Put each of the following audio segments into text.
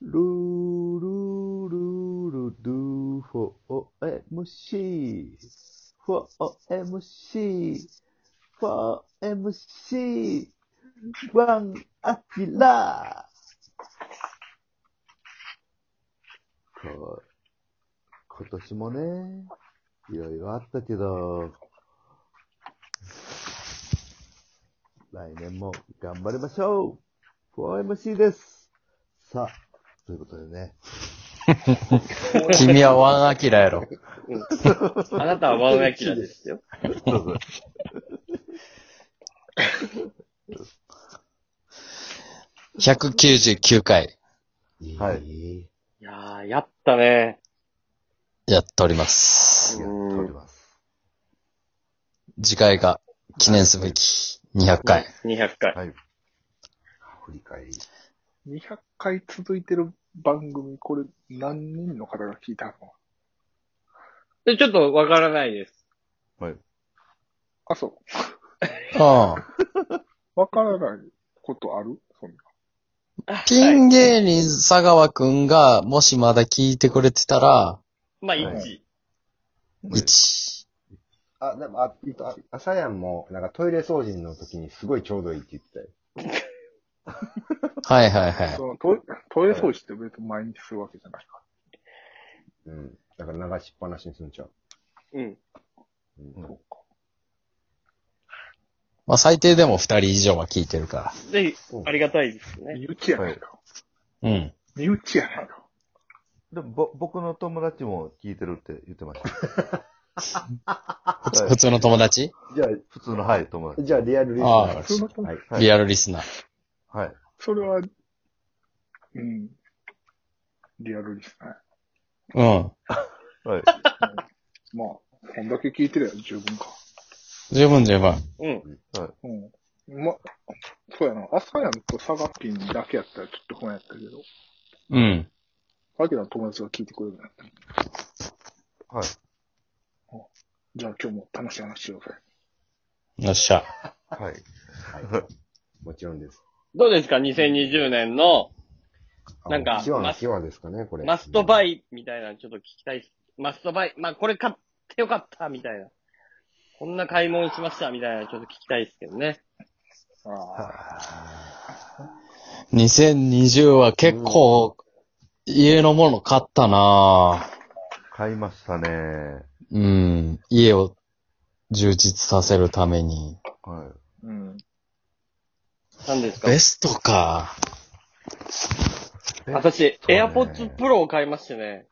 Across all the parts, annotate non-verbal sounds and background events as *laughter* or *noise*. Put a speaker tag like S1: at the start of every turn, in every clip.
S1: ルールールールドゥフォーエムシー。フォーエムシー。フォーエムシー。ワンアキラー。こ今年もね、いろいろあったけど、来年も頑張りましょう !4MC ですさあ、ということでね、
S2: 君はワンアキラやろ。
S3: あなたはワンアキラですよ。
S2: 199回
S1: はい。
S3: いやー、やったね。
S2: やっております。
S1: やっております。
S2: 次回が記念すべき200回。
S3: 200回。
S1: はい。
S4: 振り返り。
S5: 200回続いてる番組、これ何人の方が聞いたの
S3: で、ちょっとわからないです。
S5: あ、そう。
S2: う
S5: わからないことあるそんな。
S2: ん。ピン芸人佐川くんが、もしまだ聞いてくれてたら、
S3: まあ、
S4: はい
S3: 1。
S2: 1。
S4: あ、でも、あ、あ朝やんも、なんかトイレ掃除の時にすごいちょうどいいって言ってたよ。
S2: はいはいはい。
S5: そのトイトイレ掃除って別に毎日するわけじゃないか。
S4: うん。だから流しっぱなしにすんちゃう。
S3: うん。
S4: うん。
S2: まあ最低でも2人以上は聞いてるか
S3: で
S4: う、ん
S3: ありがたいですね。
S5: 身内やないか。
S2: ら。うん。
S5: 身内やないか。
S1: でも、ぼ、僕の友達も聞いてるって言ってました。
S2: ふつ普通の友達
S4: じゃ
S1: 普通の、はい、友
S4: あ、
S1: 達。
S4: じゃあリアルリス
S2: あ
S4: ナ
S2: あ
S4: ー。
S5: 普通の友達
S4: はい。
S1: はい
S2: リアルリスナー。
S1: はい。
S5: それは、うん。リアルリスナーや。
S2: うん。
S1: はい。
S5: まあ、こんだけ聞いてりゃ十分か。
S2: 十分十分。
S3: うん。
S5: うん。まあ、そうやな。朝やんと佐賀ピンだけやったらちょっと不安やったけど、
S2: うん。
S5: アキラの友達が聞いてくれるんやったら
S1: はい。
S5: じゃあ今日も楽しい話しようぜ。
S2: よっしゃ。
S1: はい。
S4: もちろんです。
S3: どうですか ?2020 年の
S4: あ
S3: なんか
S4: シワの
S3: マス
S4: シワですかね、これ。
S3: マストバ
S4: イ。
S3: イみたいなのちょっと聞きたいです。マストバイ。まあ、これ買ってよかったみたいな。こんな買い物しましたみたいなのちょっと聞きたいですけどね。
S5: ああ。
S2: 2020は結構、家のもの買ったなぁ。
S1: 買いましたね。
S2: うん。家を充実させるために。
S1: はい。
S5: うん。
S3: 何ですか
S2: ベストか。
S3: 私、
S1: ね
S3: AirPods Pro を買いましてね。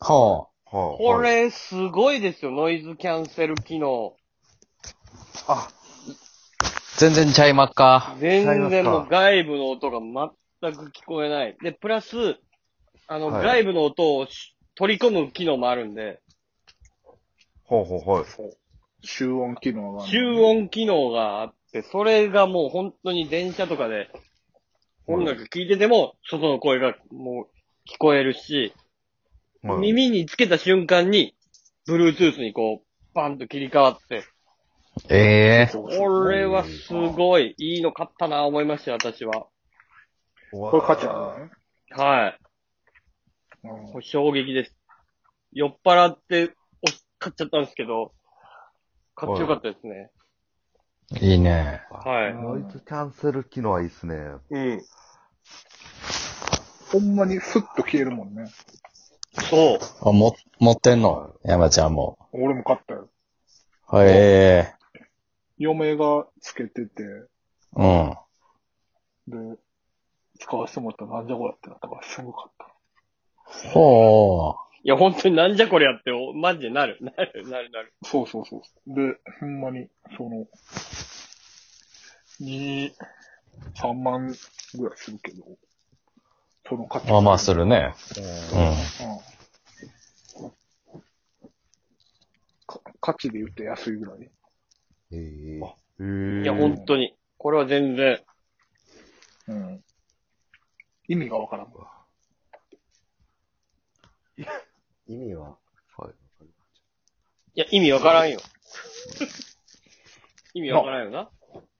S2: は
S1: はあ
S3: こ
S1: はい
S3: れ、すごいですよ。ノイズキャンセル機能。
S1: あ、
S2: あ。全然ちゃいまっか。
S3: 全
S1: 違い
S3: 然
S1: ますか
S3: もう外部の音が全く聞こえない。で、プラス、あの、
S1: はい
S3: 外部の音をし取り込む機能もあるんで、
S1: ほうほうはい。
S5: 集音機能がある
S3: 集音機能があって、それがもう本当に電車とかで音楽聴いてても、外の声がもう聞こえるし、
S1: はい
S3: 耳につけた瞬間に、Bluetooth にこう、バンと切り替わって、
S2: ええ
S3: これはすごいいいの買ったな思いましたよ、私は。
S5: これ価値あるね。
S3: はい。
S5: うん
S3: これ衝撃です。酔っ払って、お買っちゃったんですけど、買ってよかったですね。
S2: いいね。
S3: はい
S5: うん
S1: ノイズキャンセル機能はいいっすね。
S3: うん。
S5: ほんまにスッと消えるもんね。
S3: そう。
S2: あ、も、持ってんの山ちゃんも。
S5: 俺も買ったよ。
S2: へえ
S5: 嫁がつけてて、
S2: うん。
S5: で、使わせてもらったらなんじゃこりゃってなったからすごかった。
S2: ほう。
S3: いや、本当になんじゃこりゃって、おマジでなる。なる、なる、なる。
S5: そうそうそう。で、ほんまに、その、2、3万ぐらいするけど、その価値
S2: まあまあするね。うん。
S5: うんか価値で言って安いぐらい。
S4: ええ
S1: へえ
S3: いや、本当に。これは全然。
S5: うん。意味がわからん。
S4: 意味は、
S1: はい。
S3: いや、意味わから
S4: *laughs*
S3: んよ。意味わからんよな。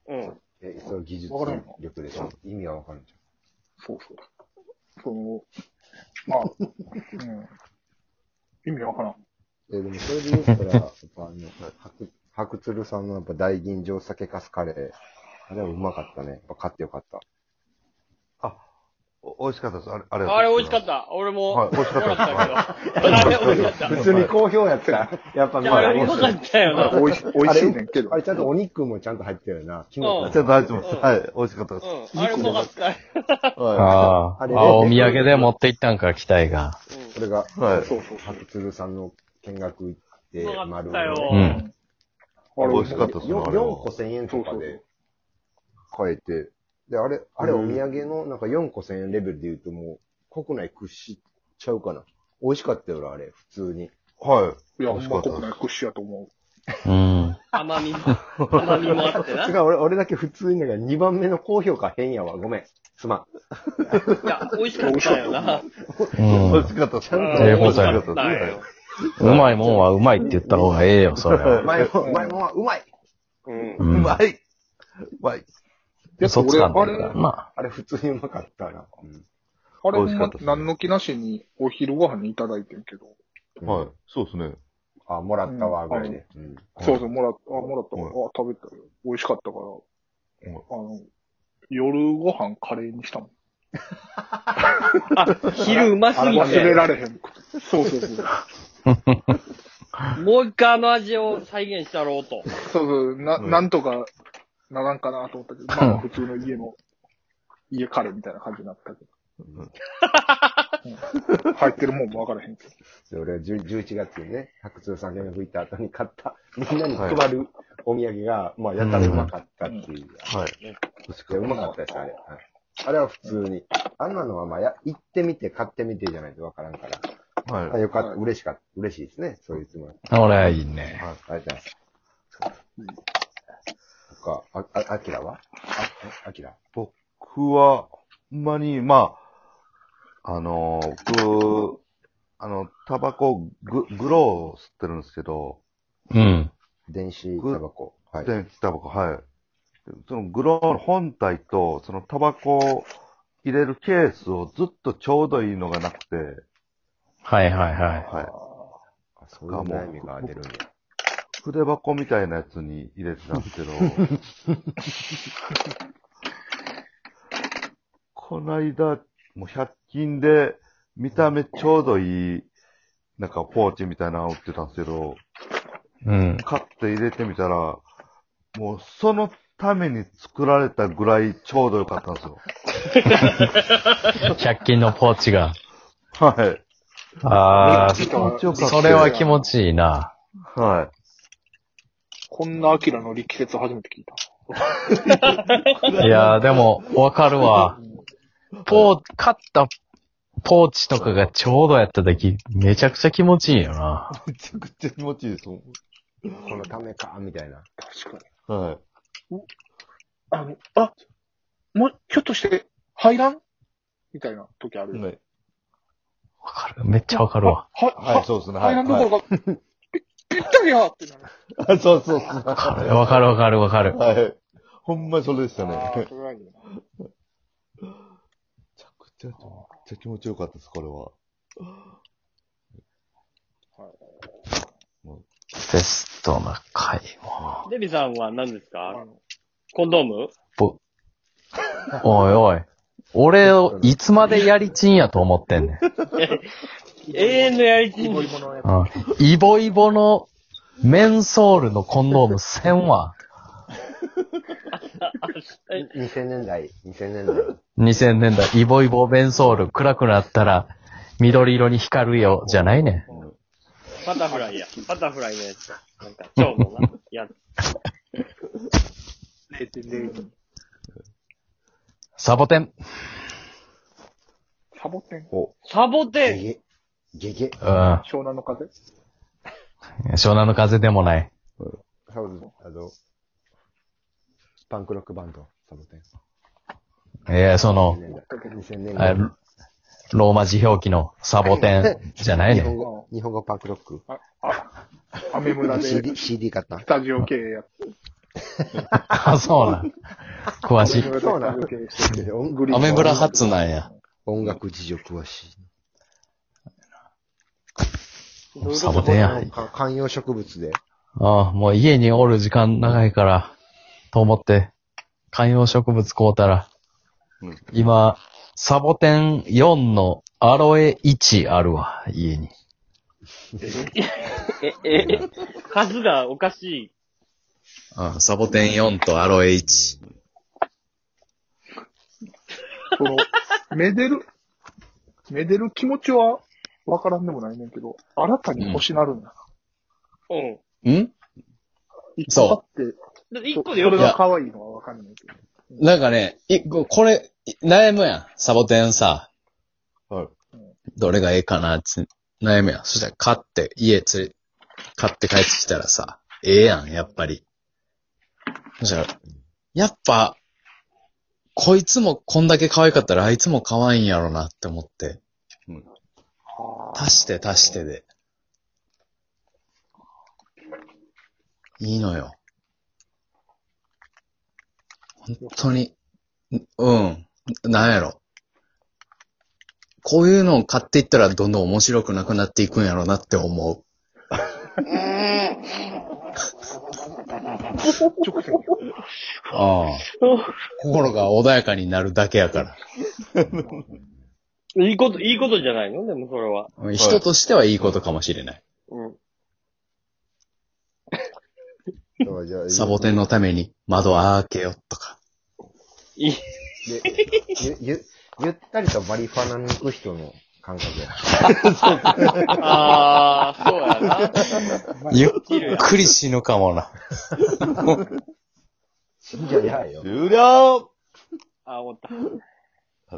S3: うん。
S4: え、それ技術
S5: わからんの
S4: 力でしょ意味はわかるんじ
S5: そうそう。その、まあ、うん。意味わからん。
S4: え、でもそれで言ったら、やっぱあの、白白鶴さんのやっぱ大吟醸酒かすカレー。あれはうまかったね。やっぱ買ってよかった。
S1: あ、お美味しかったです。あれ、あれ
S3: あれ美味しかっ。た。俺も、もらったけど。 *laughs* あれ美味しかった。
S4: 普通に好評やったら、やっぱ
S3: い
S4: ま
S3: や、
S4: あ
S3: あ、れ良かったよな。
S5: 美味し、美味しいねんけど
S4: あ。れちゃんとお肉もちゃんと入ってるよな。キ
S3: う
S4: ノ
S3: ん
S1: ち
S4: コ
S1: ょっと入ってます。はい、美味しかったです。
S3: うん、あれもかった。
S1: は
S2: あ
S4: あれ
S2: あ、あお土産で持って行ったんか、期待が。
S4: それが、
S1: い。はい。
S5: そうそうそう。
S4: 白鶴さんの見学行って
S3: うま、かっ
S4: 丸
S3: たよ。
S2: う
S3: うんん。
S5: あれ
S1: 美味しかったですね、
S4: 4
S1: あれは
S4: 個。1000円とか
S5: そうそう
S4: で買えて、で、あれ、あれお土産のなんか4個1000円レベルで言うともう国内屈しちゃうかな。美味しかったよな、あれ、普通に。
S1: はい
S5: や、
S1: 美味
S5: ほん
S1: しか
S5: ま
S1: った
S5: 国内屈指やと思う。
S2: うん。
S3: 甘みも、甘みもあってな。
S4: 違、
S3: いう
S4: 俺、俺だけ普通になんか2番目の高評価変やわ。ごめん。すまん。
S3: や、美味しかったよな。
S2: う
S1: い。
S2: ん
S1: 美味しかったです。
S3: う
S1: 美
S3: ん
S1: 味
S2: とい
S1: しか
S2: うことや
S1: ったですはい。
S2: うまいもんはうまいって言った方がええよ、それは。
S4: 前も、前もはうまい。
S3: うん。
S2: う
S1: うんま。い。うまい。
S2: 嘘つかんだ
S5: あ
S2: か
S5: れ、
S2: ら
S5: あ
S2: な。
S4: あれ普通にうまかったな。
S1: 美
S5: れ
S1: 味しかったっすね
S5: 何の気なしにお昼ご飯にいただいてんけど。
S4: うん
S1: はい。そうですね。
S4: あ、もらったわ、ぐらいで。うん
S5: そうそう、もらった、あ、もらった、
S1: うん
S5: あ、食べたよ。美味しかったから。
S1: うん
S5: あの、夜ご飯カレーにしたもん。
S3: あ、昼うます
S5: あれ
S3: ぎ
S5: 忘れ
S3: て、
S5: られ
S1: *laughs*
S5: へんくて。そうそうそう。
S3: もう一回あの味を再現したろうと。
S5: そうそう、な、
S1: うん
S5: なんとかならんかなと思ったけど、まあ普通の家の、家カレーみたいな感じになったけど。入ってるもんもわからへんけど。
S4: で俺は10 11月にね、白鶴さんが吹いた後に買った、みんなに配るお土産が、まあ、やたらうまかったっていう。
S1: はい。美味し
S4: い
S1: か
S4: や、
S1: っ
S4: うまかったです、あれ。はいあれは普通に。あんなのは、まあ、や、行ってみて、買ってみてじゃないとわからんから。
S1: た。はい
S4: あ。よかった、
S5: はい
S4: 嬉しかった、嬉しいですね。そう言ってもらって。
S2: 俺はいいね。
S4: ありがとうございます。他、あ、あ、あきらはあ、あきら
S1: 僕は、ほんまに、まあ、あのー、僕、あの、タバコ、グ、グローを吸ってるんですけど、
S2: うん。
S4: 電子タバコ。はい。
S1: 電気タバコ、はい。でそのグローの本体と、そのタバコを入れるケースをずっとちょうどいいのがなくて、
S2: はいはいはい。
S1: はい。
S4: あそういう悩みが出るんや。
S1: 筆箱みたいなやつに入れてたんですけど、こないだ、もう100均で見た目ちょうどいい、なんかポーチみたいなの売ってたんですけど、
S2: うん。
S1: 買って入れてみたら、もうそのために作られたぐらいちょうどよかったんですよ。
S2: 100均のポーチが。
S1: はい。
S2: ああ、
S5: ち
S1: 気持ちよかった。
S2: それは気持ちいいな。
S1: は
S5: こんなアキラの力説初めて聞いた。
S2: いやーでも、わかるわ。ポー、買ったポーチとかがちょうどやった時、めちゃくちゃ気持ちいいよな。
S1: い。めちゃくちゃ気持ちいいですもん。
S4: このためか、みたいな。
S5: 確かに。
S1: はい。
S5: あの、あ、もう、ひょっとして、入らんみたいな時あるよ。
S1: はい、
S2: わかる。めっちゃわかるわ。
S5: は、
S1: は、
S5: はい
S1: そうですね。は
S5: 入
S1: い。
S5: らんどころか、ぴぴったりやって
S1: *laughs*
S5: なる。
S1: はいそうそうそう。
S2: わかるわかるわかるわかる。
S1: はい。ほんまにそれでしたね。
S5: あ
S1: め
S5: ー
S1: ち
S5: それはいいな
S1: ゃくちゃ、めちゃくちゃ気持ちよかったです、これは。
S2: ベストな回も。
S3: デビさんは何ですか
S5: あの
S3: コンドーム
S2: おいおい。俺をいつまでやりちんやと思ってんねん。
S3: 永遠のやりちん。
S5: イボイボのやつ
S2: うん。イボイボのメンソールのコンドーム1000は
S3: え
S4: 2000年代、2000年代。
S2: 2000年代、イボイボメンソール暗くなったら緑色に光るよ、じゃないね
S3: バタフライや。バタフライのやつ。なんか、蝶のな、やつ。
S5: 0.02
S2: サボテン。
S5: サボテン
S3: サボ
S4: ゲ
S3: テン
S4: ゲ。ゲゲ。
S2: うん。湘
S5: 湘南の風
S2: 南の風でもない。
S4: そうです。あの、パンクロックバンド、サボテン。
S2: いや、その、
S4: 2000年
S2: あ
S4: 代。
S2: ロローマ字表記のサボテンじゃない
S4: 日 *laughs* 本
S2: ね。
S4: 語、日本語パンクロック。
S5: あ、あ、アメ村で、
S4: CD、CD 買った
S5: スタジオ経営やっ
S2: あ、そうなん。詳しい。
S5: アメ村でスタジオ経営してる
S4: 音
S5: グリーン
S2: アメブラ発なんや。
S4: 音楽事情詳しい。
S3: どういう
S2: サ
S3: こ
S2: ボ
S3: と
S2: テンや。
S4: か観葉植物で。
S2: ああ、もう家におる時間長いから、と思って、観葉植物買うたら、
S4: うん
S2: 今、サボテン4のアロエ1あるわ、家に。
S3: え、え、え数がおかしい。
S2: うん、サボテン4とアロエ1。
S5: そ *laughs* の、めでる、めでる気持ちはわからんでもないねんけど、新たに欲しなるんだ。
S3: うん。
S2: んそ
S3: だって
S5: 一
S3: 一
S5: 個
S3: 個で
S5: でそ
S3: よ
S5: れ
S3: く
S5: が可愛いのはわかんないけど。
S2: なんかね、いここれ、い悩むやん。サボテンさ、
S4: はい。
S2: どれがええかなって悩むやん。そしたら買って、家連れ、買って帰ってきたらさ、ええやん、やっぱり。そしたら、やっぱ、こいつもこんだけ可愛かったらあいつも可愛いんやろなって思って。
S4: うん
S2: 足して足してで。いいのよ。本当に、うん、なんやろ。こういうのを買っていったらどんどん面白くなくなっていくんやろうなって思う。
S5: 直線。
S2: ああ。心が穏やかになるだけやか
S3: いいこと、いいことじゃないのでもそれは。
S2: ら。人としてはいいことかもしれない。
S3: うん。
S4: だからじゃあ
S2: サボテンのために窓開けよとか。
S3: いい、
S4: でゆゆゆったりとバリファナに行く人の感覚や。
S3: ああ、そうやな。
S2: ゆっくり死ぬかもな。
S4: 死んじゃやよ。
S1: 終了
S3: あ、思った。